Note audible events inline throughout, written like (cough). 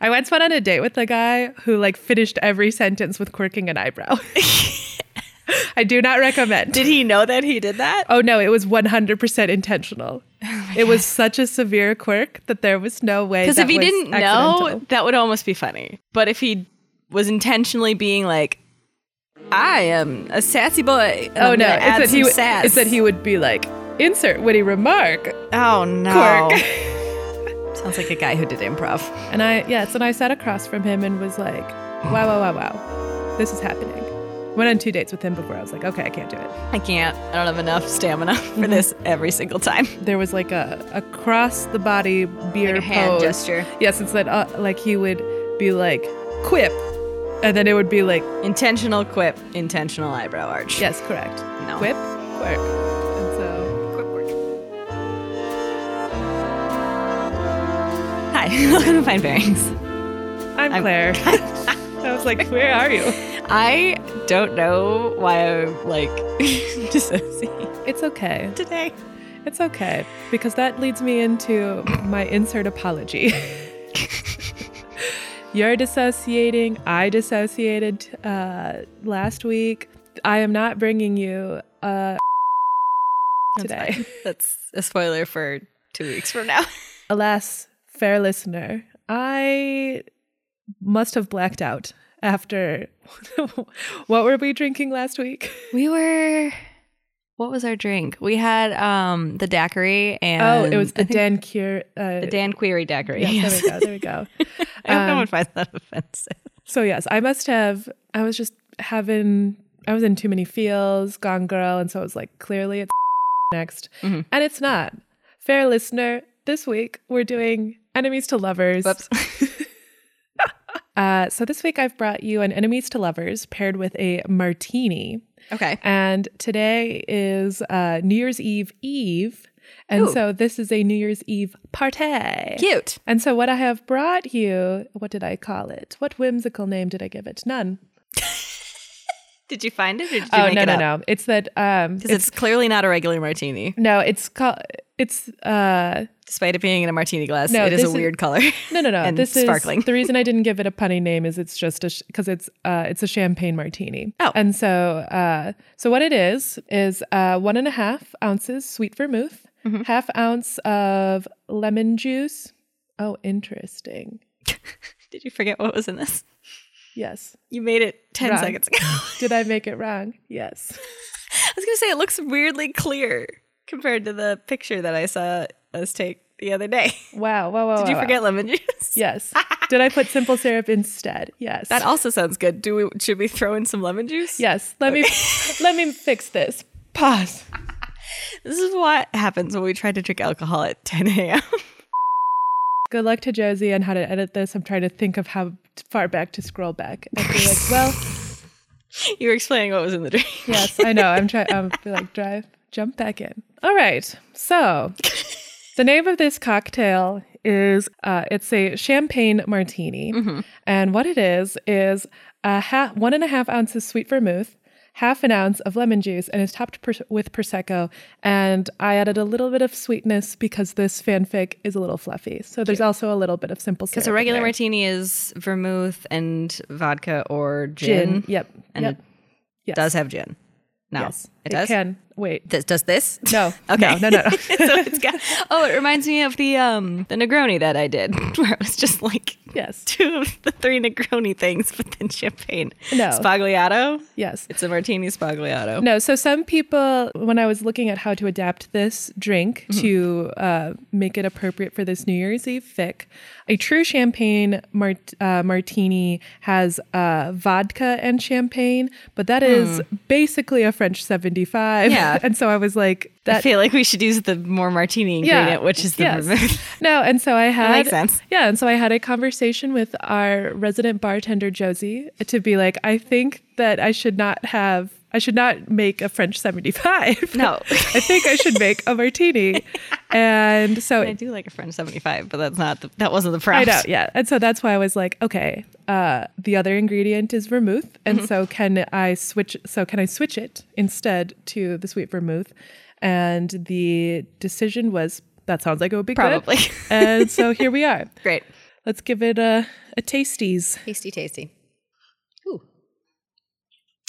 I once went on a date with a guy who like finished every sentence with quirking an (laughs) eyebrow. I do not recommend. Did he know that he did that? oh no, it was 100% (laughs) intentional. Oh it was such a severe quirk that there was no way Because that if he was didn't know, accidental. that would almost be funny. But if he was intentionally being like, I am a sassy boy. and Oh I'm no, gonna it's add that he some would sass. it's that he would be like insert witty remark (laughs) Oh no. quirk. (laughs) Sounds like a guy who did improv. And I, yes, and I sat across from him and was like, wow, wow, wow, wow, this is happening. Went on two dates with him before. I was like, okay, I can't do it. I can't. I don't have enough stamina (laughs) for Mm-hmm. this every single time. There was like a across the body beer a hand pose. gesture. Yes, it's that uh, like he would be like quip, and then it would be like Intentional quip, intentional eyebrow arch. yes, correct. No. Quip, quirk, and so Hi, (laughs) welcome to Fine Bearings. I'm, I'm- (laughs) Claire. I was like, where are you? I don't know why I'm like (laughs) dissociating It's okay. today. It's okay because that leads me into my insert apology. (laughs) You're dissociating. I dissociated uh, last week. I am not bringing you uh, That's, today. fine. (laughs) That's a spoiler for two weeks from now. (laughs) (laughs) Alas, fair listener, I must have blacked out after (laughs) what were we drinking last week? We were. What was our drink? We had um the daiquiri and Oh, it was I the think Dan Cure. Uh, the Dan Query daiquiri. yes, Yes. there we go. There we go. (laughs) I hope no Um, one finds that offensive. So yes, I must have. I was just having. I was in too many feels, gone girl, and so I was like, clearly it's (laughs) next, Mhm. and it's not. Fair listener, this week we're doing enemies to lovers. Whoops. (laughs) Uh, so this week I've brought you an enemies to lovers paired with a martini, okay. and today is uh, New Year's Eve Eve, and Ooh. so this is a New Year's Eve party. Cute. And so what I have brought you, what did I call it? What whimsical name did I give it? None. Did you find it or did you oh make no it no up? no it's that um Because it's, clearly not a regular martini, no it's called it's uh despite it being in a martini glass. No, it is this a is- weird color. no no no And this sparkling. is the reason i didn't give it a punny name is it's just a because it's uh it's a champagne martini Oh. and so uh so what it is is uh one and a half ounces sweet vermouth Mm-hmm. half ounce of lemon juice oh interesting (laughs) Did you forget what was in this? yes You made it ten Wrong. seconds ago. (laughs) I did i make it wrong yes was gonna say it looks weirdly clear compared to the picture that I saw us take the other day. wow wow wow Did you wow, wow. forget lemon (laughs) juice? yes did i put simple syrup instead yes That also sounds good. Do we should we throw in some lemon juice? yes let me let me fix this pause This is what happens when we try to drink alcohol at 10 (laughs) a.m. Good luck to Josie on how to edit this. I'm trying to think of how far back to scroll back. I'd be like, well, you were explaining what was in the drink. yes, I know. I'm trying. I'll be like, drive, jump back in. All right. So, the name of this cocktail is uh, it's a champagne martini, Mm-hmm. and what it is is a ha- one and a half ounces sweet vermouth. Half an ounce of lemon juice and is topped pers- with prosecco. And I added a little bit of sweetness because this fanfic is a little fluffy. So there's also a little bit of simple. Because a regular martini is vermouth and vodka or gin. gin. Yep. And yep. it Yes. does have gin. No. Yes. It does? can. Wait. Th- does this? No. (laughs) Okay. No, no, no. no. so it's got, oh, it reminds me of the um the Negroni that I did, (laughs) where it was just like yes. two of the three Negroni things, but then champagne. No. Spagliato. Yes. It's a martini spagliato. No, so some people, when I was looking at how to adapt this drink to uh, make it appropriate for this New Year's Eve fic, a true champagne mart- uh, martini has uh, vodka and champagne, but that is basically a French 75. Yeah. (laughs) and so I was like, I that feel like we should use the more martini ingredient, which is the yes. vermouth. (laughs) No, and so I had makes sense. Yeah, and so I had a conversation with our resident bartender Josie to be like, I think that I should not have I should not make a French 75. (laughs) No. (laughs) I think I should make a martini. And so (laughs) I do like a French 75, but that's not the, that wasn't the I prompt. know, yeah. And so that's why I was like, okay, uh, the other ingredient is vermouth, Mm-hmm. and so can I switch? So can I switch it instead to the sweet vermouth? And (laughs) the decision was that sounds like it would be good. Probably. and so here we are. Great. Let's give it a a tasties. Tasty, tasty. Ooh.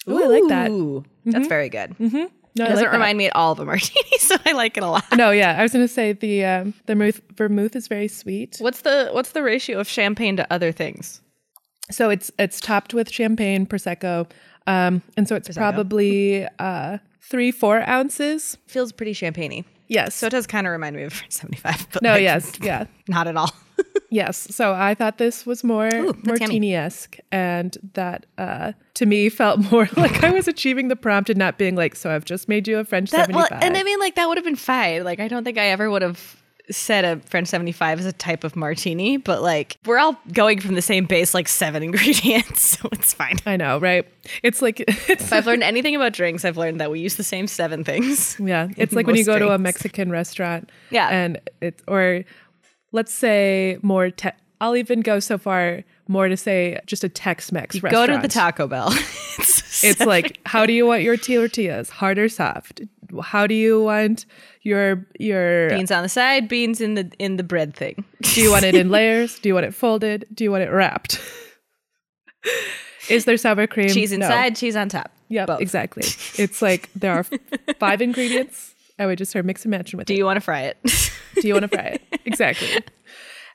Ooh, I like that. Ooh. That's very good. Mm-hmm. No, It I doesn't like that. remind me at all of a martini, (laughs) so I like it a lot. No, yeah, I was gonna say the um, the vermouth, vermouth is very sweet. What's the what's the ratio of champagne to other things? So it's it's topped with champagne, prosecco, um, and so it's probably uh, three four ounces. Feels pretty champagney. Yes. So it does kind of remind me of 75, (laughs) but no. like, Yes. Yeah. not at all. Yes. So I thought this was more that's yummy. martini esque, and that uh, to me felt (laughs) more like I was achieving the prompt and not being like, so I've just made you a French That- seventy well, five. and I mean, like that would have been fine. Like I don't think I ever would have said a French 75 is a type of martini, but like we're all going from the same base, like seven (laughs) ingredients, so it's fine. I know, right? It's like (laughs) it's If I've learned anything about drinks, I've learned that we use the same seven things. (laughs) Yeah, (laughs) it's like when you most go to a drinks. Mexican restaurant. Yeah. and it's or let's say more. Te- I'll even go so far more to say just a Tex-Mex Go restaurant. to the Taco Bell. (laughs) it's It's like, how do you want your tortillas, hard or soft? How do you want your your? beans on the side, beans in the in the bread (laughs) thing. Do you want it in layers? Do you want it folded? Do you want it wrapped? Is there sour cream? Cheese No. inside, cheese on top. Yep, Both. exactly. It's like there (laughs) are five ingredients. I would just start mix and matching with Do it. you want to fry it? (laughs) Do you want to fry it? Exactly.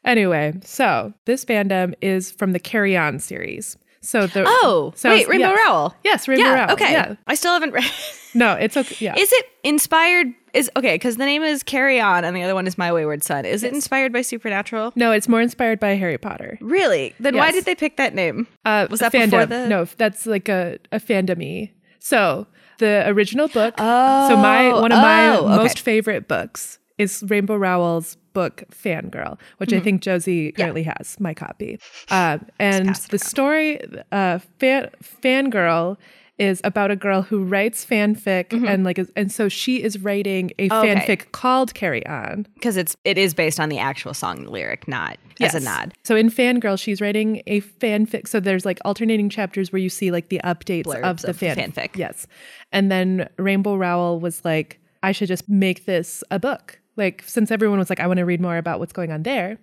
Anyway, so this fandom is from the Carry On series. So the Oh, so wait, Rainbow yes. Rowell. Yes, Rainbow yeah, Rowell. okay. Yeah. I still haven't (laughs) read. No, it's okay. Yeah. Is it inspired? Is okay because the name is Carry On and the other one is My Wayward Son. Is it inspired by Supernatural? no, it's more inspired by Harry Potter. Really? Then why Yes. did they pick that name? Uh, Was that fandom. before the- No, that's like a a fandom-y. So the original book. Oh, so my one of my oh, okay. most favorite books is Rainbow Rowell's book Fangirl, which Mm-hmm. I think Josie currently has my copy. Um, and the story, uh, fan, Fangirl. Is about a girl who writes fanfic and like, is- and so she is writing a Mm-hmm. Okay. fanfic called Carry On. Because it's it is based on the actual song lyric, not as a nod. So in Fangirl, she's writing a fanfic. So there's like alternating chapters where you see like the updates Blurbs of the of the fan- fanfic. Yes. And then Rainbow Rowell was like, I should just make this a book. Like, since everyone was like, I want to read more about what's going on there.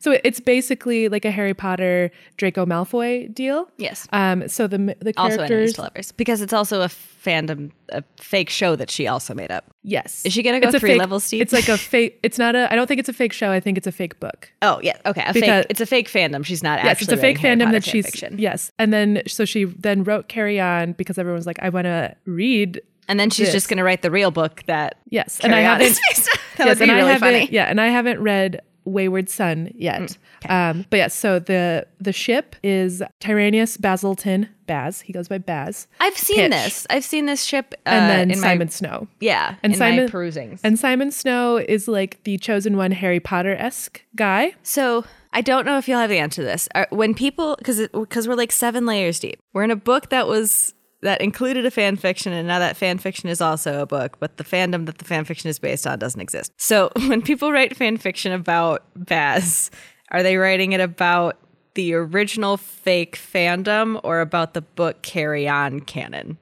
So it- it's basically like a Harry Potter Draco Malfoy deal. Yes. Um, so the, m- the Also enemies characters. to lovers because it's also a fandom, a fake show that she also made up. yes. Is she gonna go It's a three fake- levels deep? It's like a fake, it's not a, I don't think it's a fake show. I think it's a fake book. Oh yeah, okay. A Because- fake, it's a fake fandom. She's not Yes, actually. it's a fake writing Harry fandom Potter that fan she's fiction. yes, and then so she then wrote Carry On because everyone was like, I want to read. and then she's this. just going to write the real book that. Yes, Carry and I On haven't. (laughs) is based on. (laughs) That yes, would be and I really haven't- funny. Mm, Yeah, and I haven't read Wayward Son yet. um, but yes, so the the ship is Tyrannus Basilton Baz. He goes by Baz, I've seen Pitch. this. I've seen this ship. Uh, and then in Simon My, Snow. yeah, and in Simon- my perusings. And Simon Snow is like the chosen one, Harry Potter esque guy. so I don't know if you'll have the answer to this. Are, when people, because because we're like seven layers deep. We're in a book that was that included a fan fiction, and now that fan fiction is also a book, but the fandom that the fan fiction is based on doesn't exist. So (laughs) when people write fan fiction about Baz, are they writing it about? The original fake fandom, or about the book Carry On canon.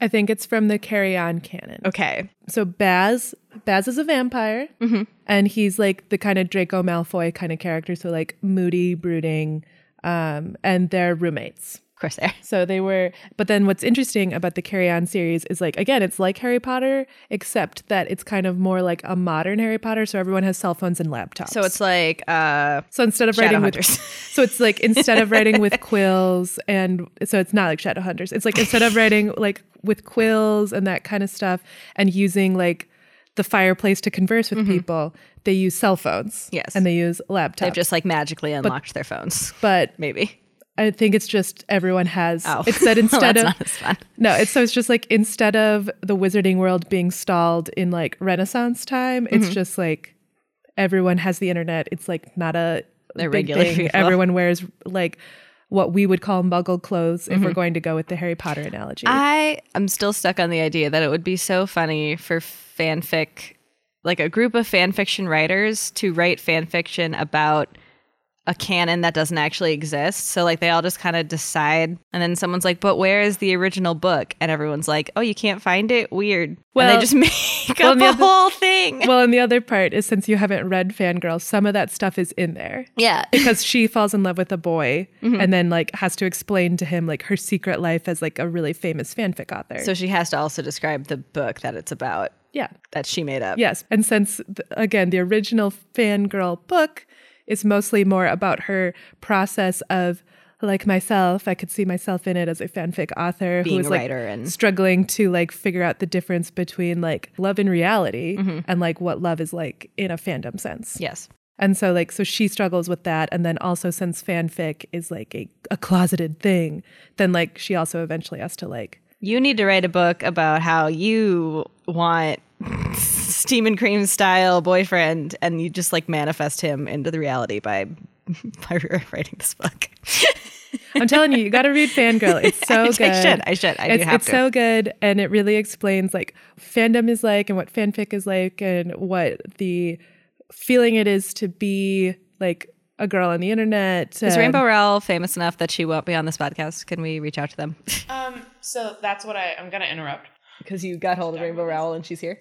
I think it's from the Carry On canon. Okay, so Baz Baz is a vampire, Mm-hmm. and he's like the kind of Draco Malfoy kind of character, so like moody, brooding, um, and they're roommates. of course there. So they were, but then what's interesting about the Carry On series is like again, it's like Harry Potter, except that it's kind of more like a modern Harry Potter. So everyone has cell phones and laptops. So it's like uh, so instead of writing with, (laughs) Shadowhunters. so it's like instead of writing (laughs) with quills and so it's not like Shadowhunters. It's like instead of writing like with quills and that kind of stuff and using like the fireplace to converse with people, they use cell phones. Mm-hmm. Yes. And they use laptops. They've just like magically unlocked their phones. (laughs) but Maybe. I think it's just everyone has it's (laughs) that Oh, (laughs) Well, instead that's of not as fun. No, it's so it's just like instead of the wizarding world being stalled in like Renaissance time, it's Mm-hmm. just like everyone has the internet. It's like not a They're big regular thing. people. Everyone wears like what we would call muggle clothes if we're going to go with the Harry Potter analogy. Mm-hmm. I am still stuck on the idea that it would be so funny for fanfic, like a group of fanfiction writers to write fanfiction about a canon that doesn't actually exist. So like they all just kind of decide and then someone's like, "But where is the original book?" and everyone's like, "Oh, you can't find it? Weird." Well, Well- they just (laughs) make Well, up the the other- whole (laughs) thing. Well, and the other part is since you haven't read Fangirl, some of that stuff is in there. Yeah. Because she falls in love with a boy Mm-hmm. and then like has to explain to him like her secret life as like a really famous fanfic author. So she has to also describe the book that it's about yeah. that she made up. Yes. And since, th- again, the original fangirl book is mostly more about her process of, like myself, I could see myself in it as a fanfic author Being who's a like writer and- struggling to like figure out the difference between like love in reality Mm-hmm. and like what love is like in a fandom sense. Yes. And so like so she struggles with that and then also since fanfic is like a, a closeted thing, then like she also eventually has to like You need to write a book about how you want steam and cream style boyfriend and you just like manifest him into the reality by (laughs) by writing this book. I'm telling you, you got to read Fangirl. It's so good. (laughs) I should. I should. I do it's, have it's to. so good, and it really explains like fandom is like, and what fanfic is like, and what the feeling it is to be like a girl on the internet. um, Is and- Rainbow Rowell famous enough that she won't be on this podcast? Can we reach out to them? Um, so that's what I I'm gonna interrupt. Because you got hold of Rainbow Rowell and she's here.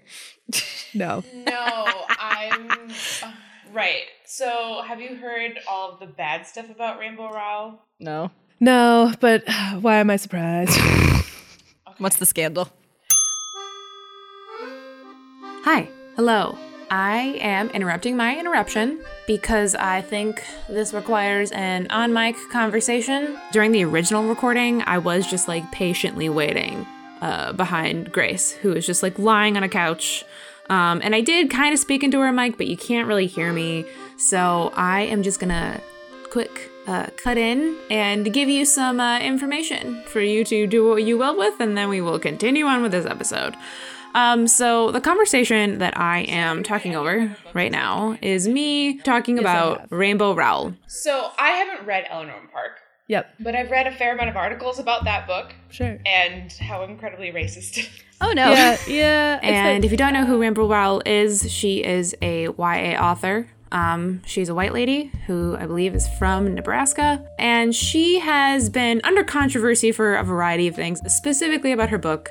No, No, (laughs) I'm uh, right. So have you heard all of the bad stuff about Rainbow Rowell? No. no, but (sighs) why am I surprised? (laughs) What's the scandal? Hi. Hello. I am interrupting my interruption because I think this requires an on mic conversation. During the original recording, I was just like patiently waiting uh, behind Grace, who was just like lying on a couch. Um, and I did kind of speak into her mic, but you can't really hear me. So I am just gonna quick uh, cut in and give you some uh, information for you to do what you will with, and then we will continue on with this episode. Um, so the conversation that I am talking over right now is me talking about Rainbow Rowell. So I haven't read Eleanor and Park, yep, but I've read a fair amount of articles about that book sure. and how incredibly racist. Oh no. Yeah, yeah. it's And like- if you don't know who Rainbow Rowell is, she is a YA author. Um, she's a white lady who I believe is from Nebraska. And she has been under controversy for a variety of things, specifically about her book,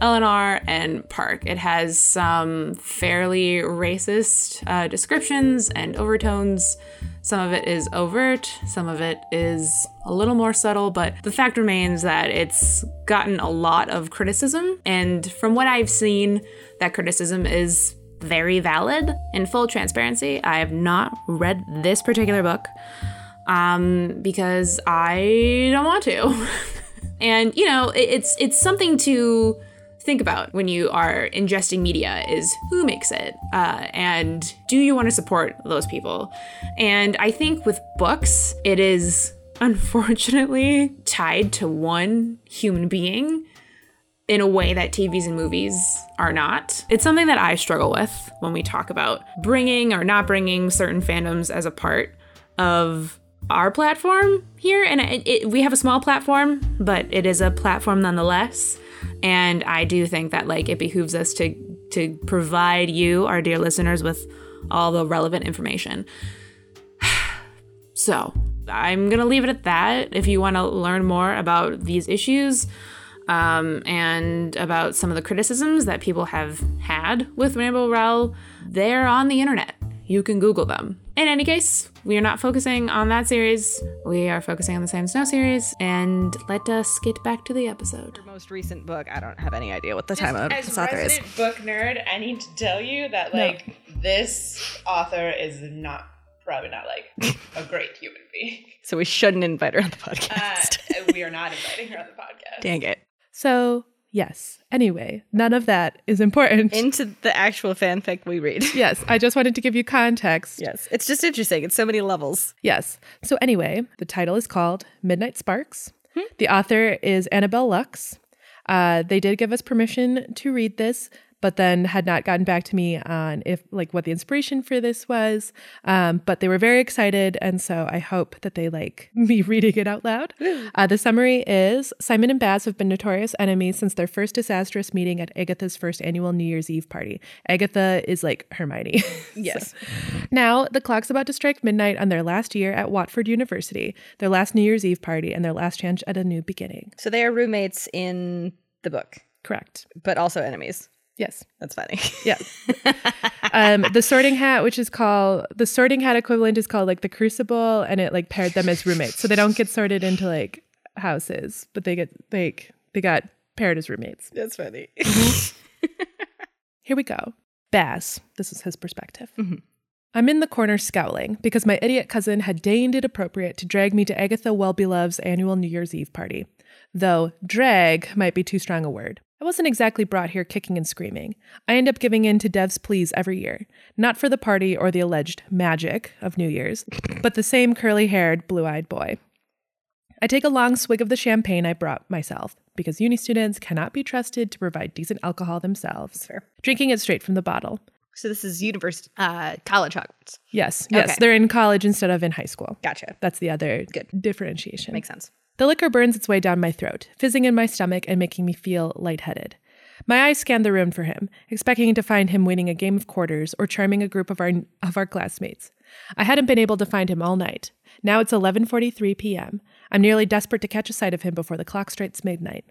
Eleanor and Park. It has some fairly racist uh, descriptions and overtones. Some of it is overt, some of it is a little more subtle, but the fact remains that it's gotten a lot of criticism. And from what I've seen, that criticism is very valid. In full transparency, I have not read this particular book um, because I don't want to. (laughs) and you know, it, it's it's something to think about when you are ingesting media is who makes it uh, and do you want to support those people and i think with books it is unfortunately (laughs) tied to one human being in a way that TVs and movies are not. It's something that I struggle with when we talk about bringing or not bringing certain fandoms as a part of our platform here. And it, it, we have a small platform, but it is a platform nonetheless. And I do think that like it behooves us to to provide you, our dear listeners, with all the relevant information. (sighs) So I'm gonna leave it at that. If you want to learn more about these issues, um, and about some of the criticisms that people have had with Rainbow Rowell, they're on the internet. You can Google them. In any case, we are not focusing on that series. We are focusing on the Sam Snow series, and let us get back to the episode. Most recent book. I don't have any idea what the time of As this author is. resident book nerd, I need to tell you that like this author is not probably not like a great human being. So we shouldn't invite her on the Uh, podcast. we are not inviting her on the (laughs) podcast. Dang it. so yes. Anyway, none of that is important. Into the actual fanfic we read. (laughs) yes, I just wanted to give you context. Yes. It's just interesting. It's so many levels. Yes. So, anyway, the title is called Midnight Sparks. The author is Annabelle Lux. Uh, they did give us permission to read this but then had not gotten back to me on if like what the inspiration for this was. Um, but they were very excited, and so I hope that they like (laughs) me reading it out loud. Uh, the summary is: Simon and Baz have been notorious enemies since their first disastrous meeting at Agatha's first annual New Year's Eve party. Agatha is like Hermione. (laughs) Yes. Now, the clock's about to strike midnight on their last year at Watford University, their last New Year's Eve party, and their last chance at a new beginning. So they are roommates in the book, Correct. but also enemies. Yes. That's funny. (laughs) Yeah. um, the Sorting Hat, which is called the Sorting Hat equivalent, is called like the Crucible, and it like paired them as roommates. So they don't get sorted into like houses, but they get like they got paired as roommates. That's funny. Here we go. Baz, this is his perspective. Mhm. I'm in the corner scowling because my idiot cousin had deigned it appropriate to drag me to Agatha Wellbelove's annual New Year's Eve party. Though drag might be too strong a word. I wasn't exactly brought here kicking and screaming. I end up giving in to Dev's pleas every year, not for the party or the alleged magic of New Year's, but the same curly haired, blue eyed boy. I take a long swig of the champagne I brought myself because uni students cannot be trusted to provide decent alcohol themselves. Drinking it straight from the bottle. so this is university, uh, college Hogwarts. Yes, yes, Okay. they're in college instead of in high school. Gotcha. That's the other Good. differentiation. Makes sense. The liquor burns its way down my throat, fizzing in my stomach and making me feel lightheaded. My eyes scan the room for him, expecting to find him winning a game of quarters or charming a group of our of our classmates. I hadn't been able to find him all night. Now it's 11:43 p.m. I'm nearly desperate to catch a sight of him before the clock strikes midnight.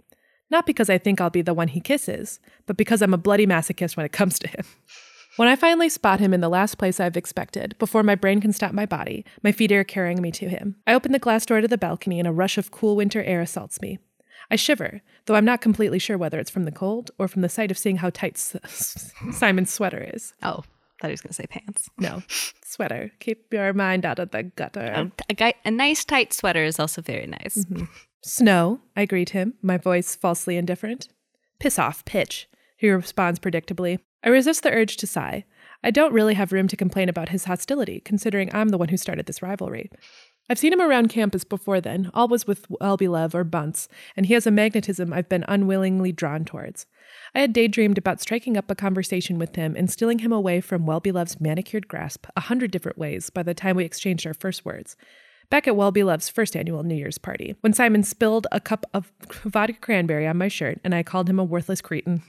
Not because I think I'll be the one he kisses, but because I'm a bloody masochist when it comes to him. When I finally spot him in the last place I've expected, before my brain can stop my body, my feet are carrying me to him. I open the glass door to the balcony and a rush of cool winter air assaults me. I shiver, though I'm not completely sure whether it's from the cold or from the sight of seeing how tight S- Simon's sweater is. Oh, thought he was going to say pants. No, sweater. Keep your mind out of the gutter. A, a guy, a nice tight sweater is also very nice. Snow, I greet him, my voice falsely indifferent. Piss off, pitch, he responds predictably. I resist the urge to sigh. I don't really have room to complain about his hostility, considering I'm the one who started this rivalry. I've seen him around campus before then, always with Wellbelove or Bunce, and he has a magnetism I've been unwillingly drawn towards. I had daydreamed about striking up a conversation with him and stealing him away from Wellbelove's manicured grasp a hundred different ways by the time we exchanged our first words. Back at Wellbelove's first annual New Year's party, when Simon spilled a cup of vodka cranberry on my shirt and I called him a worthless (laughs) cretin.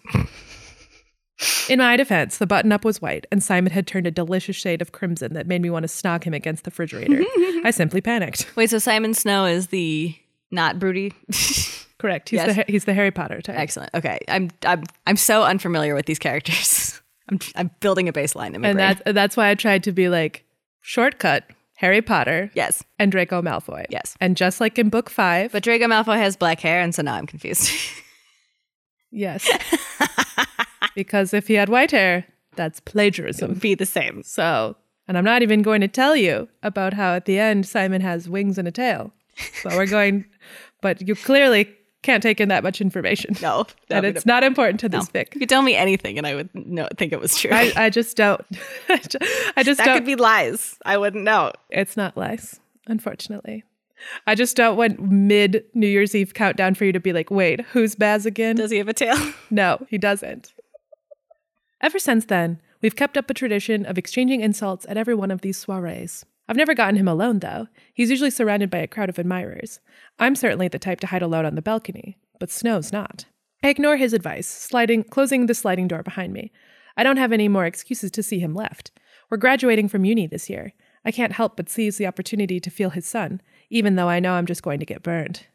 In my defense, the button up was white, and Simon had turned a delicious shade of crimson that made me want to snog him against the (laughs) refrigerator. I simply panicked. Wait, so Simon Snow is the not broody? (laughs) Correct. He's, Yes. the, he's the Harry Potter type. Excellent. Okay, I'm I'm I'm so unfamiliar with these characters. (laughs) I'm I'm building a baseline in my and brain. that's, that's why I tried to be like, shortcut, Harry Potter yes, and Draco Malfoy. Yes. And just like in book five, but Draco Malfoy has black hair, and so now I'm confused. (laughs) yes. because if he had white hair, that's plagiarism. Be the same. So, and I'm not even going to tell you about how at the end Simon has wings and a tail. But we're (laughs) going, but you clearly can't take in that much information. No, (laughs) And it's not important to this You fic. could tell me anything, and I would no think it was true. I, I just don't. (laughs) I ju- I just that don't. could be lies. I wouldn't know. it's not lies, unfortunately. I just don't want mid New Year's Eve countdown for you to be like, wait, who's Baz again? Does he have a tail? (laughs) No, he doesn't. Ever since then, we've kept up a tradition of exchanging insults at every one of these soirees. I've never gotten him alone, though. He's usually surrounded by a crowd of admirers. I'm certainly the type to hide alone on the balcony, but Snow's not. I ignore his advice, sliding, closing the sliding door behind me. I don't have any more excuses to see him left. We're graduating from uni this year. I can't help but seize the opportunity to feel his sun, even though I know I'm just going to get burned.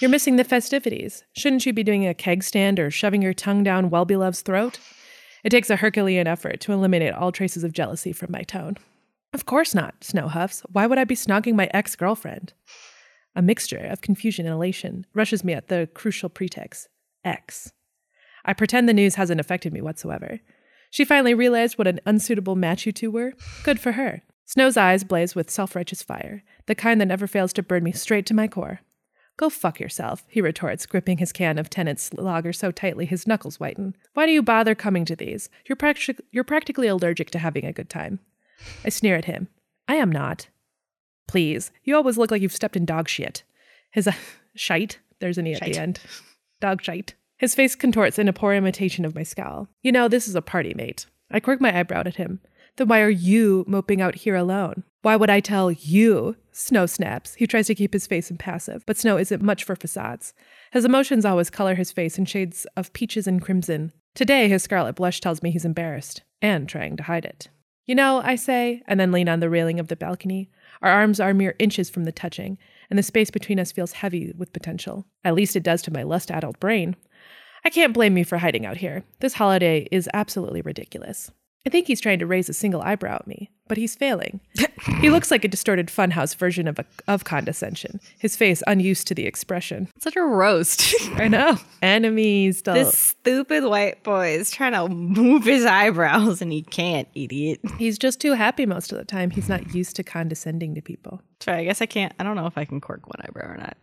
You're missing the festivities. Shouldn't you be doing a keg stand or shoving your tongue down Wellbeloved's throat? It takes a Herculean effort to eliminate all traces of jealousy from my tone. Of course not, Snow huffs. Why would I be snogging my ex girlfriend? A mixture of confusion and elation rushes me at the crucial pretext ex. I pretend the news hasn't affected me whatsoever. She finally realized what an unsuitable match you two were. Good for her. Snow's eyes blaze with self righteous fire, the kind that never fails to burn me straight to my core. Go fuck yourself, he retorts, gripping his can of Tennant's lager so tightly his knuckles whiten. Why do you bother coming to these? You're, practic- you're practically allergic to having a good time. I sneer at him. I am not. Please, you always look like you've stepped in dog shit. His uh, (laughs) shite. There's an e at Shite. the end. Dog shite. His face contorts in a poor imitation of my scowl. You know, this is a party, mate. I quirk my eyebrow at him. Then why are you moping out here alone? Why would I tell you? Snow snaps. He tries to keep his face impassive, but Snow isn't much for facades. His emotions always color his face in shades of peaches and crimson. Today, his scarlet blush tells me he's embarrassed and trying to hide it. You know, I say, and then lean on the railing of the balcony. Our arms are mere inches from the touching, and the space between us feels heavy with potential. At least it does to my lust addled brain. I can't blame me for hiding out here. This holiday is absolutely ridiculous. I think he's trying to raise a single eyebrow at me, but he's failing. he looks like a distorted funhouse version of, a, of condescension, his face unused to the expression. Such a roast. (laughs) I know. Enemies, doll. this stupid white boy is trying to move his eyebrows and he can't, idiot. He's just too happy most of the time. He's not used to condescending to people. Sorry, I guess I can't. I don't know if I can cork one eyebrow or not.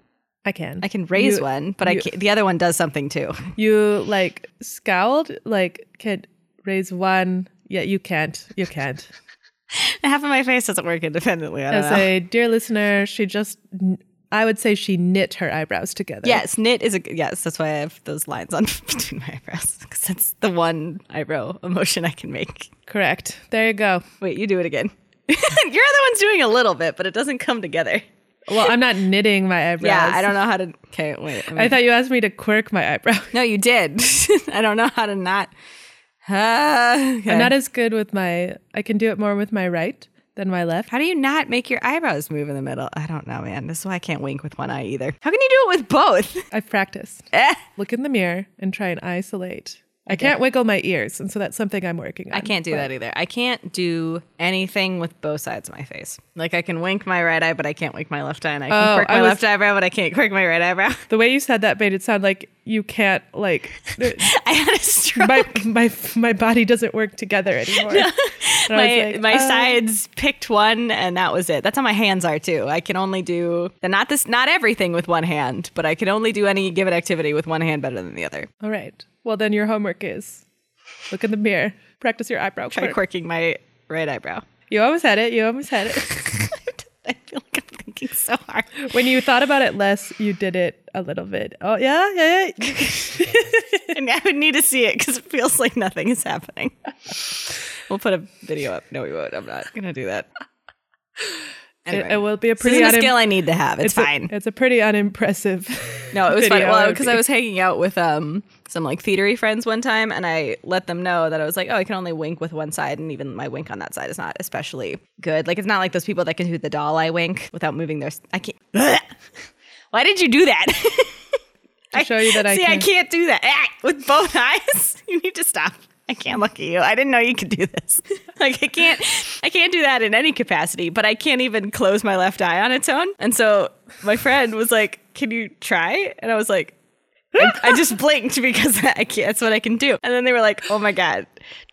I can. I can raise You- one, but I you- can't, the other one does something too. You like scowled, like can raise one. Yeah, you can't. You (laughs) can't. (laughs) Half of my face doesn't work independently. I don't As know. a dear listener, she just, I would say she knit her eyebrows together. Yes, knit is a yes. That's why I have those lines on (laughs) between my eyebrows because that's the one eyebrow emotion I can make. Correct. There you go. Wait, you do it again. (laughs) Your other one's doing a little bit, but it doesn't come together. Well, I'm not knitting my eyebrows. (laughs) Yeah, I don't know how to. Okay, wait. I I thought you asked me to quirk my eyebrow. (laughs) no, you did. I don't know how to not. (sighs) Uh, okay. I'm not as good with my, I can do it more with my right than my left. how do you not make your eyebrows move in the middle? I don't know, man. This is why I can't wink with one eye either. How can you do it with both? (laughs) I've practiced. Eh. Look in the mirror and try and isolate. I can't wiggle my ears, and so that's something I'm working on. I can't do that either. I can't do anything with both sides of my face. Like I can wink my right eye, but I can't wink my left eye, and I can Oh, quirk my I was- left eyebrow, but I can't quirk my right eyebrow. (laughs) The way you said that made it sound like you can't like I had a stroke. my my my body doesn't work together (laughs) anymore. And I was my like, my uh, sides picked one, and that was it. That's how my hands are too. I can only do not this, not everything with one hand, but I can only do any given activity with one hand better than the other. All right. Well, then your homework is look in the mirror, practice your eyebrow Try quirk. quirking my right (laughs) eyebrow. You almost had it. You almost had it. (laughs) I feel like I'm thinking so hard. when you thought about it less, you did it a little bit. Oh yeah, yeah. yeah. (laughs) and I would need to see it because it feels like nothing is happening. we'll put a video up. No, we won't. I'm not gonna do that. Anyway, It, it will be a this pretty. is a unim- skill I need to have. It's, a- fine. it's a pretty unimpressive. (laughs) no, it was fun. video Well, would because be. I was hanging out with um some like theatery friends one time, and I let them know that I was like, oh, I can only wink with one side, and even my wink on that side is not especially good. Like, it's not like those people that can do the doll eye wink without moving their. s- I can't. (laughs) Why did you do that? to show you that I see, can. (laughs) I can't do that Ah, with both (laughs) eyes. You need to stop. I can't look at you. I didn't know you could do this. (laughs) like I can't, I can't do that in any capacity. But I can't even close my left eye on its own. And so my friend was like, "Can you try?" And I was like, I, I just blinked because (laughs) I can't, that's what I can do. And then they were like, "Oh my god,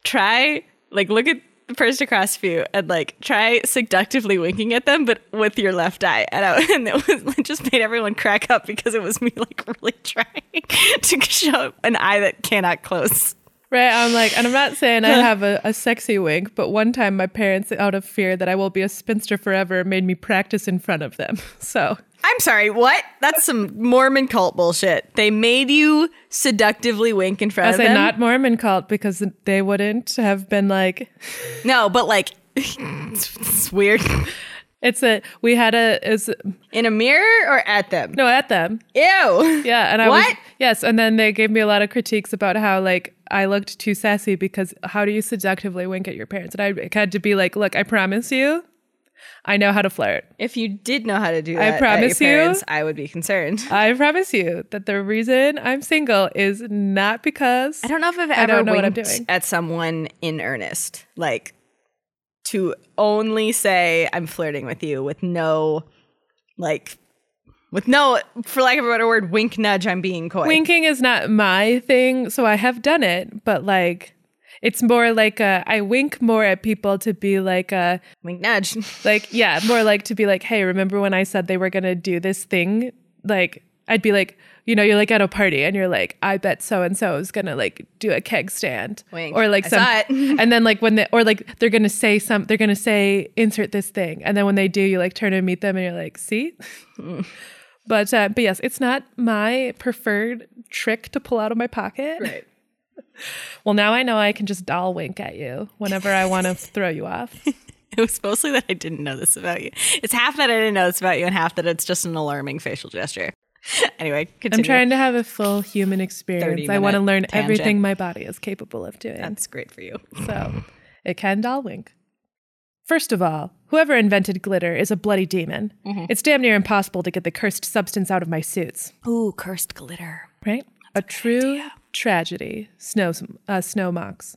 try like look at." The person across from you, and like try seductively winking at them, but with your left eye, and, I, (laughs) and it, was, it just made everyone crack up because it was me like really (laughs) trying to show an eye that cannot close. Right, I'm like, and I'm not saying I have a, a sexy wink, but one time my parents, out of fear that I will be a spinster forever, made me practice in front of them. (laughs) So I'm sorry, what? That's some Mormon cult bullshit. They made you seductively wink in front I of say them. not Mormon cult because they wouldn't have been like, no, but like (laughs) it's, it's weird. it's a, we had a, is In a mirror or at them? no, at them. Ew. Yeah. And I was, What? yes. And then they gave me a lot of critiques about how like I looked too sassy because how do you seductively wink at your parents? And I had to be like, look, I promise you, I know how to flirt. If you did know how to do that, I at your promise you- parents, I would be concerned. I promise you that the reason I'm single is not because I don't know if I've I ever don't know what I'm winked doing. at someone in earnest, like to only say I'm flirting with you with no, like, with no, for lack of a better word, wink nudge. I'm being coy. winking is not my thing, so I have done it, but like it's more like a, I wink more at people to be like a wink nudge. (laughs) like yeah, more like to be like, hey, remember when I said they were gonna do this thing? Like I'd be like, you know, you're like at a party and you're like, I bet so and so is gonna like do a keg stand Wink. or like I some, saw it. (laughs) and then like when they or like they're gonna say some, they're (laughs) gonna say insert this thing, and then when they do, you like turn and meet them and you're like, see, But uh, but yes, it's not my preferred trick to pull out of my pocket. Right. (laughs) Well, now I know I can just doll wink at you whenever I (laughs) want to throw you off. It was mostly that I didn't know this about you. It's half that I didn't know this about you, and half that it's just an alarming facial gesture. (laughs) anyway, continue. I'm trying to have a full human experience. I want to 30-minute learn tangent. everything my body is capable of doing. That's great for you. So it can doll wink. First of all, whoever invented glitter is a bloody demon. Mm-hmm. It's damn near impossible to get the cursed substance out of my suits, Ooh, cursed glitter. right? a true tragedy, snow, uh, snow mocks.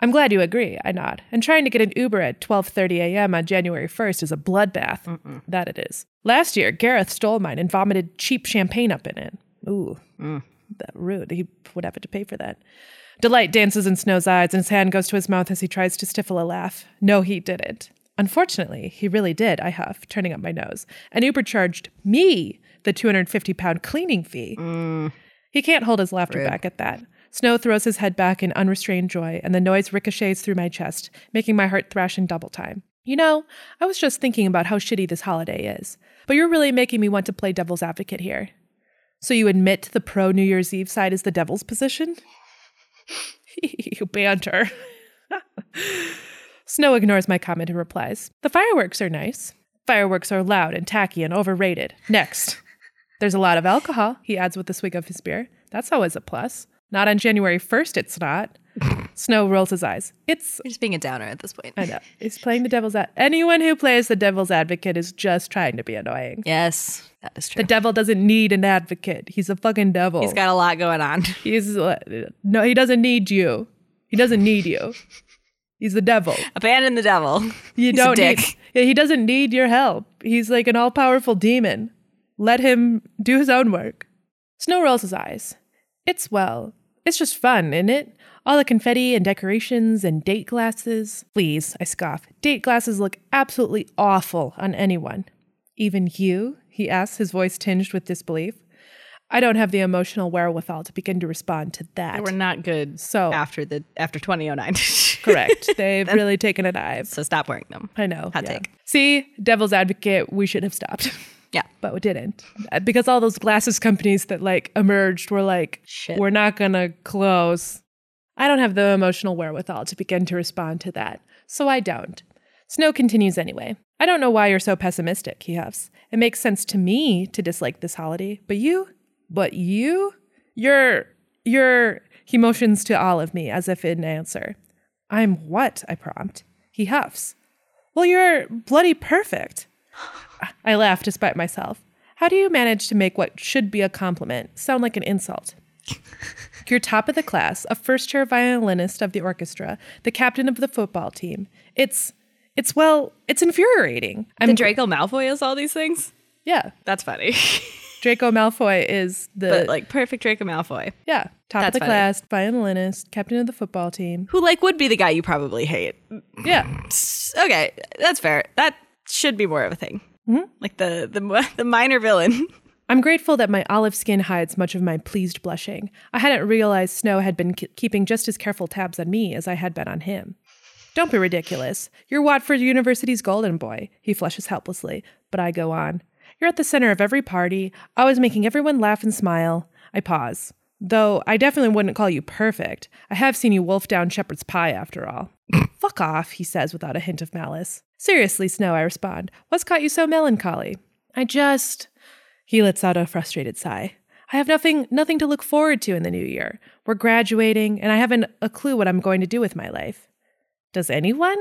I'm glad you agree, I nod. And trying to get an Uber at 12:30 a.m. on January 1st is a bloodbath. That it is. Last year, Gareth stole mine and vomited cheap champagne up in it. Ooh. That rude. He would have to pay for that. Delight dances in Snow's eyes, and his hand goes to his mouth as he tries to stifle a laugh. No, he didn't. Unfortunately, he really did, I huff, turning up my nose. And Uber charged me the 250 pound cleaning fee. He can't hold his laughter back at that. Snow throws his head back in unrestrained joy, and the noise ricochets through my chest, making my heart thrash in double time. You know, I was just thinking about how shitty this holiday is, but you're really making me want to play devil's advocate here. So you admit the pro New Year's Eve side is the devil's position? (laughs) you banter. (laughs) Snow ignores my comment and replies The fireworks are nice. Fireworks are loud and tacky and overrated. Next. There's a lot of alcohol, he adds with a swig of his beer. That's always a plus. Not on January 1st, it's (laughs) not. Snow rolls his eyes. It's. You're just being a downer at this point. I know. He's playing the devil's ad. Anyone who plays the devil's advocate is just trying to be annoying. Yes, that is true. The devil doesn't need an advocate. He's a fucking devil. He's got a lot going on. (laughs) He's uh, no, he doesn't need you. He doesn't need you. He's the devil. Abandon the devil. You He's a don't dick. need. yeah, He doesn't need your help. He's like an all-powerful demon. Let him do his own work. Snow rolls his eyes. It's well. It's just fun, isn't it? All the confetti and decorations and date glasses. Please, I scoff. Date glasses look absolutely awful on anyone. Even you? He asks, his voice tinged with disbelief. I don't have the emotional wherewithal to begin to respond to that. (laughs) We're not good. So- after the after 2009, (laughs) Correct. They've really taken a dive. so stop wearing them. I know. Hot yeah. take. See, devil's advocate, we should have stopped, (laughs) Yeah. but we didn't. Uh, Because all those glasses companies that like emerged were like, Shit. we're not going to close. I don't have the emotional wherewithal to begin to respond to that, so I don't. Snow continues anyway. I don't know why you're so pessimistic, he huffs. It makes sense to me to dislike this holiday, but you, but you, you're, you're, he motions to all of me as if in answer. I'm what? I prompt. He huffs. Well, you're bloody perfect. I laugh despite myself. How do you manage to make what should be a compliment sound like an insult? (laughs) You're top of the class, a first chair violinist of the orchestra, the captain of the football team. It's, it's well, it's infuriating. I'm, And Draco Malfoy is all these things. yeah, That's funny. (laughs) Draco Malfoy is the, but like perfect Draco Malfoy, yeah, top of that's the funny. class, violinist, captain of the football (clears throat) team. who like would be the guy you probably hate. Yeah, Okay, that's fair. That should be more of a thing. Like the the (laughs) the minor villain. (laughs) I'm grateful that my olive skin hides much of my pleased blushing. I hadn't realized Snow had been k- keeping just as careful tabs on me as I had been on him. Don't be ridiculous. You're Watford University's golden boy, he flushes helplessly, but I go on. You're at the center of every party, always making everyone laugh and smile. I pause. Though I definitely wouldn't call you perfect. I have seen you wolf down shepherd's pie after all. Fuck off, he says without a hint of malice. Seriously, Snow, I respond. What's caught you so melancholy? I just. He lets out a frustrated sigh. I have nothing nothing to look forward to in the new year. We're graduating and I haven't a clue what I'm going to do with my life. Does anyone?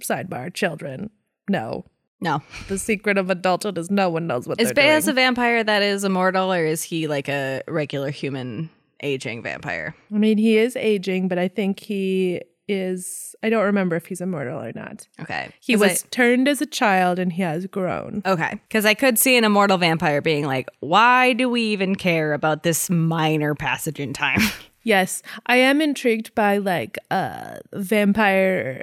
Sidebar, children. No. No, The secret of adulthood is no one knows what is they're doing. Baez a vampire that is immortal, or is he like a regular human aging vampire? I mean, he is aging, but I think he is I don't remember if he's immortal or not. Okay, He 'Cause was turned as a child and he has grown. I, okay because I could see an immortal vampire being like, why do we even care about this minor passage in time? (laughs) Yes, I am intrigued by like uh vampire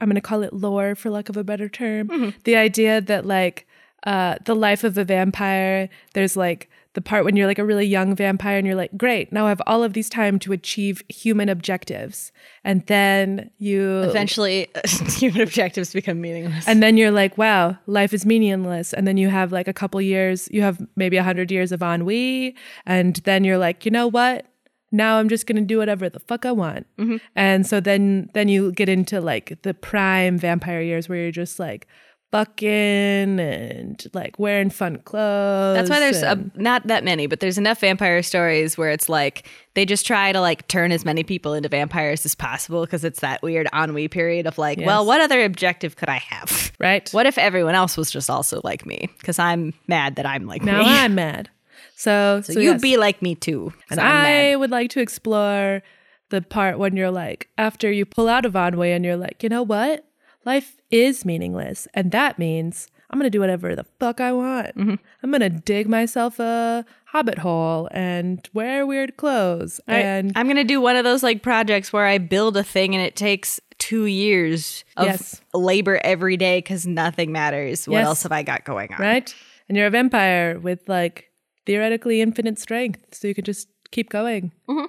I'm going to call it lore for lack of a better term. The idea that like uh, the life of a vampire. There's like the part when you're like a really young vampire and you're like, great, now I have all of these time to achieve human objectives. And then you Eventually, human objectives become meaningless. and then you're like, wow, life is meaningless. And then you have like a couple years, you have maybe a hundred years of ennui, and then you're like, you know what? Now I'm just gonna do whatever the fuck I want. Mm-hmm. And so then then you get into like the prime vampire years where you're just like bucking and like wearing fun clothes. That's why there's and- a, not that many, but there's enough vampire stories where it's like they just try to like turn as many people into vampires as possible because it's that weird ennui period of like, well, Yes. what other objective could I have? (laughs) right. What if everyone else was just also like me? Because I'm mad that I'm like (laughs) Now me. I'm mad. So, So you yes. be like me too. 'cause And I'm mad. I would like to explore the part when you're like, after you pull out of Onway and you're like, you know what? Life is meaningless. And that means I'm going to do whatever the fuck I want. Mm-hmm. I'm going to dig myself a hobbit hole and wear weird clothes. I- and I'm gonna do one of those like projects where I build a thing and it takes two years of Yes. labor every day because nothing matters. What Yes. else have I got going on? right? And you're a vampire with like theoretically infinite strength. So you can just keep going. Mm-hmm.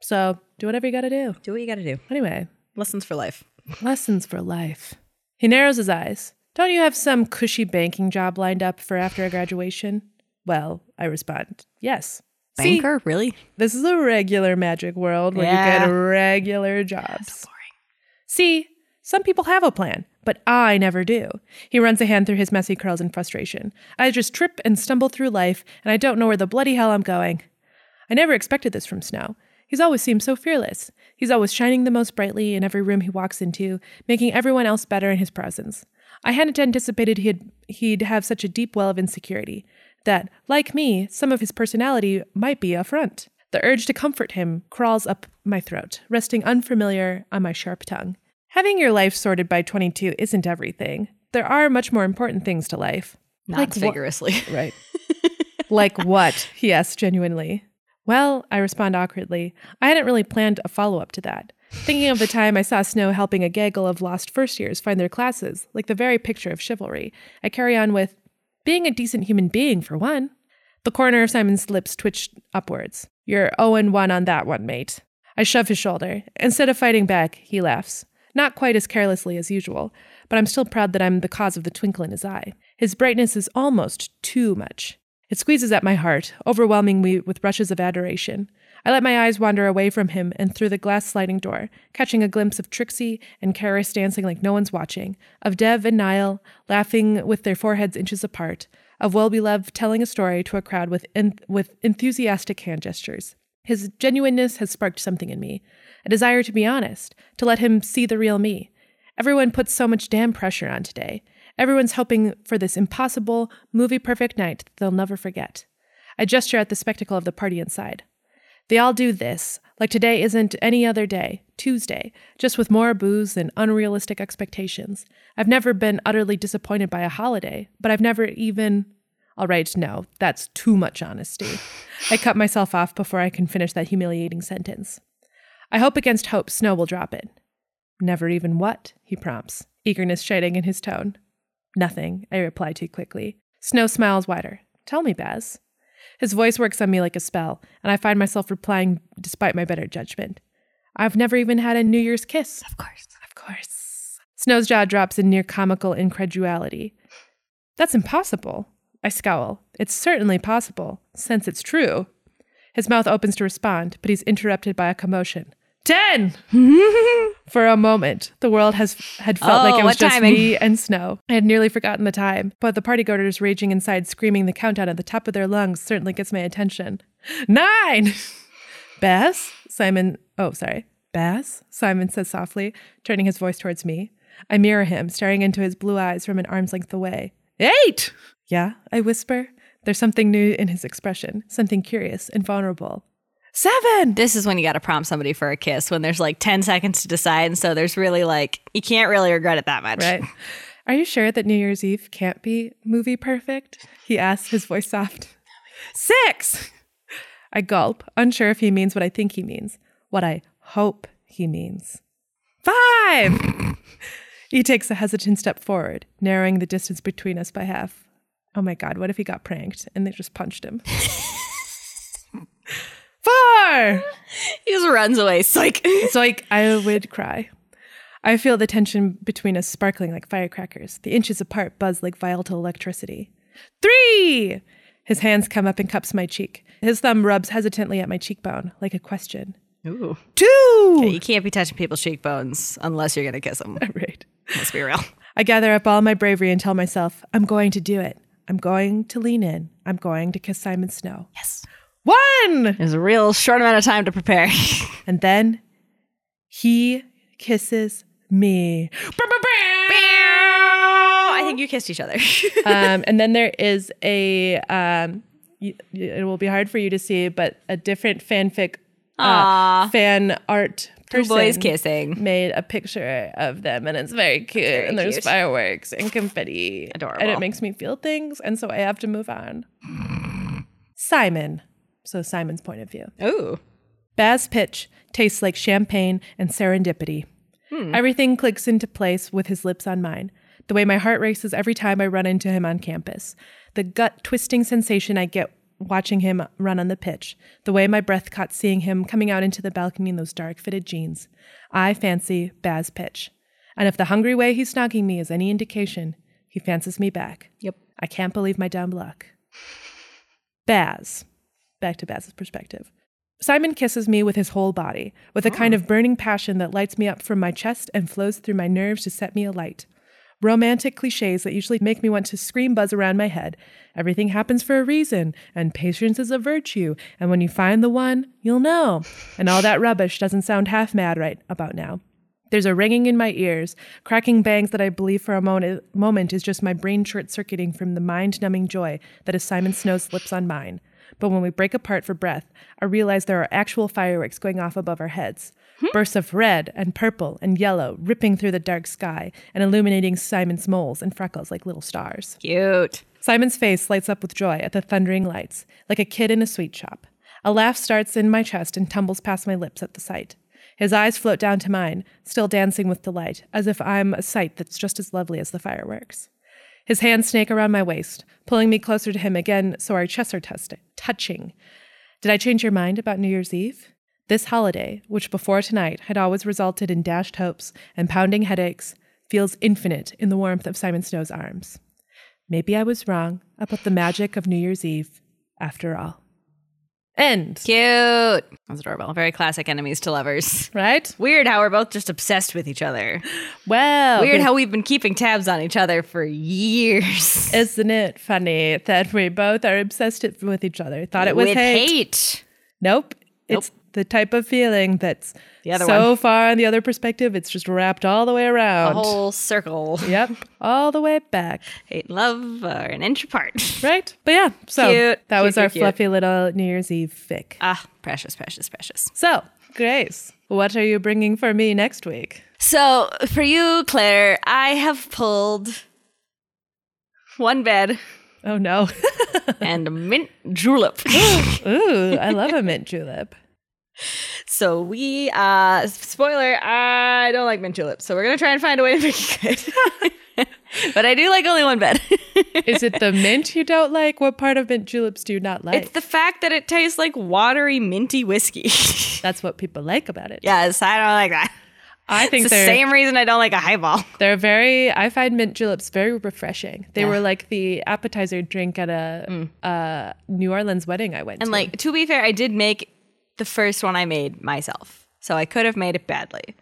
So do whatever you got to do. Do what you gotta do. Anyway, Lessons for life. Lessons for life. He narrows his eyes. Don't you have some cushy banking job lined up for after a graduation? Well, I respond, yes. See, Banker, really? this is a regular magic world where you Yeah. get regular jobs. See, some people have a plan, but I never do. He runs a hand through his messy curls in frustration. I just trip and stumble through life, and I don't know where the bloody hell I'm going. I never expected this from Snow. He's always seemed so fearless. He's always shining the most brightly in every room he walks into, making everyone else better in his presence. I hadn't anticipated he'd he'd have such a deep well of insecurity that, like me, some of his personality might be a front. The urge to comfort him crawls up my throat, resting unfamiliar on my sharp tongue. Having your life sorted by 22 isn't everything. There are much more important things to life. Not Like what- vigorously. (laughs) Right. like what? He asks genuinely. Well, I respond awkwardly. I hadn't really planned a follow up to that. Thinking of the time I saw Snow helping a gaggle of lost first years find their classes, like the very picture of chivalry, I carry on with being a decent human being, for one. The corner of Simon's lips twitched upwards. You're 0 and 1 on that one, mate. I shove his shoulder. Instead of fighting back, he laughs. Not quite as carelessly as usual, but I'm still proud that I'm the cause of the twinkle in his eye. His brightness is almost too much. It squeezes at my heart, overwhelming me with rushes of adoration. I let my eyes wander away from him and through the glass sliding door, catching a glimpse of Trixie and Karis dancing like no one's watching, of Dev and Niall laughing with their foreheads inches apart, of well beloved telling a story to a crowd with en- with enthusiastic hand gestures. His genuineness has sparked something in me, a desire to be honest, to let him see the real me. Everyone puts so much damn pressure on today. Everyone's hoping for this impossible, movie perfect night that they'll never forget. I gesture at the spectacle of the party inside. They all do this, like today isn't any other day, Tuesday, just with more booze and unrealistic expectations. I've never been utterly disappointed by a holiday, but I've never even. All right, no, that's too much honesty. I cut myself off before I can finish that humiliating sentence. I hope against hope Snow will drop it. Never even what? he prompts, eagerness shading in his tone. Nothing, I reply too quickly. Snow smiles wider. Tell me, Baz. His voice works on me like a spell, and I find myself replying despite my better judgment. I've never even had a New Year's kiss. Of course. Of course. Snow's jaw drops in near comical incredulity. That's impossible. I scowl. It's certainly possible, since it's true. His mouth opens to respond, but he's interrupted by a commotion. (laughs) Ten! For a moment, the world has had felt Oh, like it was what just timing. me and snow. I had nearly forgotten the time, but the party goers raging inside, screaming the countdown at the top of their lungs, certainly gets my attention. Nine! Bass? Simon. Oh, sorry. Bass? Simon says softly, turning his voice towards me. I mirror him, staring into his blue eyes from an arm's length away. Eight! Yeah, I whisper. There's something new in his expression, something curious and vulnerable. Seven! This is when you got to prompt somebody for a kiss when there's like 10 seconds to decide. And so there's really like, you can't really regret it that much. Right. Are you sure that New Year's Eve can't be movie perfect? He asks, his voice soft. Six! I gulp, unsure if he means what I think he means, what I hope he means. Five! he takes a hesitant step forward, narrowing the distance between us by half. oh my God, what if he got pranked and they just punched him? (laughs) Four! He just runs away. Psych. (laughs) It's like I would cry. I feel the tension between us sparkling like firecrackers. The inches apart buzz like volatile electricity. Three! His hands come up and cups my cheek. His thumb rubs hesitantly at my cheekbone, like a question. Ooh. Two! You can't be touching people's cheekbones unless you're going to kiss them. (laughs) Right. Let's (laughs) be real. I gather up all my bravery and tell myself, I'm going to do it. I'm going to lean in. I'm going to kiss Simon Snow. Yes. One! There's a real short amount of time to prepare. (laughs) And then he kisses me. I think you kissed each other. um, and then there is a um, y- y- it will be hard for you to see, but a different fanfic uh, fan art person (laughs) Boys kissing. made a picture of them, and it's very cute. and there's cute. fireworks and confetti, and Adorable. it makes me feel things, and so I have to move on. Simon, so Simon's point of view. Ooh. Baz Pitch tastes like champagne and serendipity. Everything clicks into place with his lips on mine. The way my heart races every time I run into him on campus. The gut twisting sensation I get watching him run on the pitch. The way my breath caught seeing him coming out into the balcony in those dark fitted jeans. I fancy Baz Pitch. And if the hungry way he's snogging me is any indication, he fancies me back. Yep. I can't believe my dumb luck. Baz. Back to Baz's perspective. Simon kisses me with his whole body, with a kind of burning passion that lights me up from my chest and flows through my nerves to set me alight. Romantic cliches that usually make me want to scream buzz around my head. Everything happens for a reason, and patience is a virtue, and when you find the one, you'll know. And all that rubbish doesn't sound half mad right about now. There's a ringing in my ears, cracking bangs that I believe for a moment, moment is just my brain short circuiting from the mind numbing joy that is Simon Snow's lips on mine. But when we break apart for breath, I realize there are actual fireworks going off above our heads. Bursts of red and purple and yellow ripping through the dark sky and illuminating Simon's moles and freckles like little stars. Cute. Simon's face lights up with joy at the thundering lights, like a kid in a sweet shop. A laugh starts in my chest and tumbles past my lips at the sight. His eyes float down to mine, still dancing with delight, as if I'm a sight that's just as lovely as the fireworks. His hands snake around my waist, pulling me closer to him again so our chests are tust- touching. Did I change your mind about New Year's Eve? This holiday, which before tonight had always resulted in dashed hopes and pounding headaches, feels infinite in the warmth of Simon Snow's arms. Maybe I was wrong about the magic of New Year's Eve after all. End. Cute. That's adorable. Very classic enemies to lovers. Right? Weird how we're both just obsessed with each other. Well, Weird how we've been keeping tabs on each other for years. Isn't it funny that we both are obsessed with each other? Thought it was with hate. hate. Nope. It's the type of feeling that's The other so far in the other perspective, it's just wrapped all the way A around. whole circle. yep. All the way back. Hate and love are an inch apart. Right? But yeah, so Cute. that Cute, was our cute, cute. fluffy little New Year's Eve fic. Ah, precious, precious, precious. So, Grace, what are you bringing for me next week? So for you, Claire, I have pulled one bed Oh no. (laughs) and a mint julep. (laughs) Ooh, I love a mint julep. so we, uh, spoiler, I don't like mint juleps. So we're gonna try and find a way to make it good. (laughs) but I do like only one bed. (laughs) Is it the mint you don't like? What part of mint juleps do you not like? it's the fact that it tastes like watery, minty whiskey. (laughs) That's what people like about it. yes, I don't like that. I think It's the they're same reason I don't like (laughs) a highball. they're very. I find mint juleps very refreshing. They were like the appetizer drink at a uh, New Orleans wedding I went Mm. And to. like to be fair, I did make the first one I made myself, so I could have made it badly,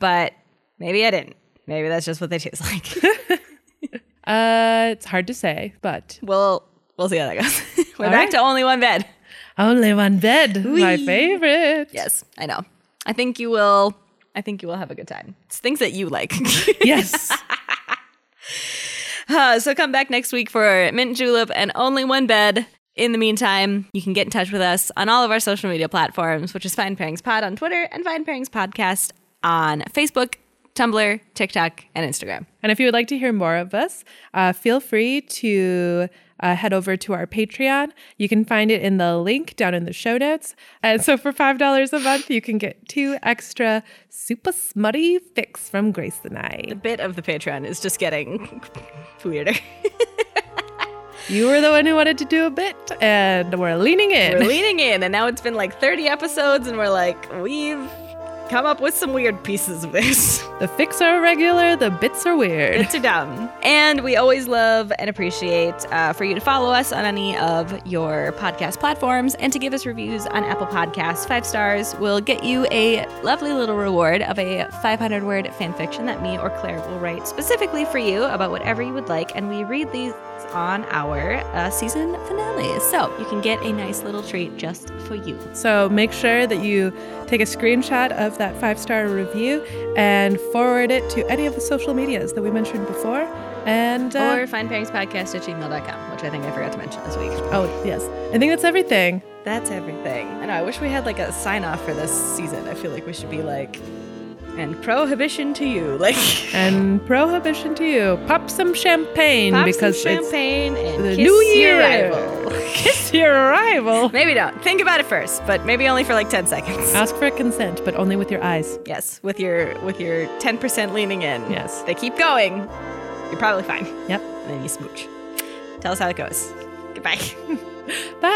but maybe I didn't. Maybe that's just what they taste (laughs) like. (laughs) uh, it's hard to say, but we'll we'll see how that goes. (laughs) We're All back right. to only one bed. only one bed, my Whee! favorite. Yes, I know. I think you will. I think you will have a good time. It's things that you like. (laughs) Yes. Uh, so come back next week for Mint Julep and Only One Bed. In the meantime, you can get in touch with us on all of our social media platforms, which is Fine Pairings Pod on Twitter and Fine Pairings Podcast on Facebook, Tumblr, TikTok, and Instagram. And if you would like to hear more of us, uh, feel free to uh, head over to our Patreon. You can find it in the link down in the show notes. And so for $5 a month, you can get two extra super smutty fix from Grace and I. (laughs) Bit of the Patreon is just getting weirder. You were the one who wanted to do a bit, and we're leaning in. (laughs) We're leaning in, and now it's been like 30 episodes, and we're like, we've come up with some weird pieces of this. (laughs) The fix are regular, the bits are weird. Bits are dumb. And we always love and appreciate uh, for you to follow us on any of your podcast platforms and to give us reviews on Apple Podcasts. Five stars will get you a lovely little reward of a 500 word fan fiction that me or Claire will write specifically for you about whatever you would like. And we read these on our uh, season finale. So you can get a nice little treat just for you. So make sure that you take a screenshot of that five star review and forward it to any of the social medias that we mentioned before. And uh, or findpairingspodcast at gmail.com, which I think I forgot to mention this week. oh yes, I think that's everything. That's everything. I know. I wish we had like a sign off for this season. I feel like we should be like, and prohibition to you, (laughs) like And prohibition to you. Pop some champagne pop because some champagne and it's the kiss new your year. rival. (laughs) (laughs) Kiss your rival. maybe don't. Think about it first, but maybe only for like ten seconds. Ask for consent, but only with your eyes. yes, with your with your ten percent leaning in. Yes. they keep going. You're probably fine. Yep. And then you smooch. Tell us how it goes. Goodbye. Bye.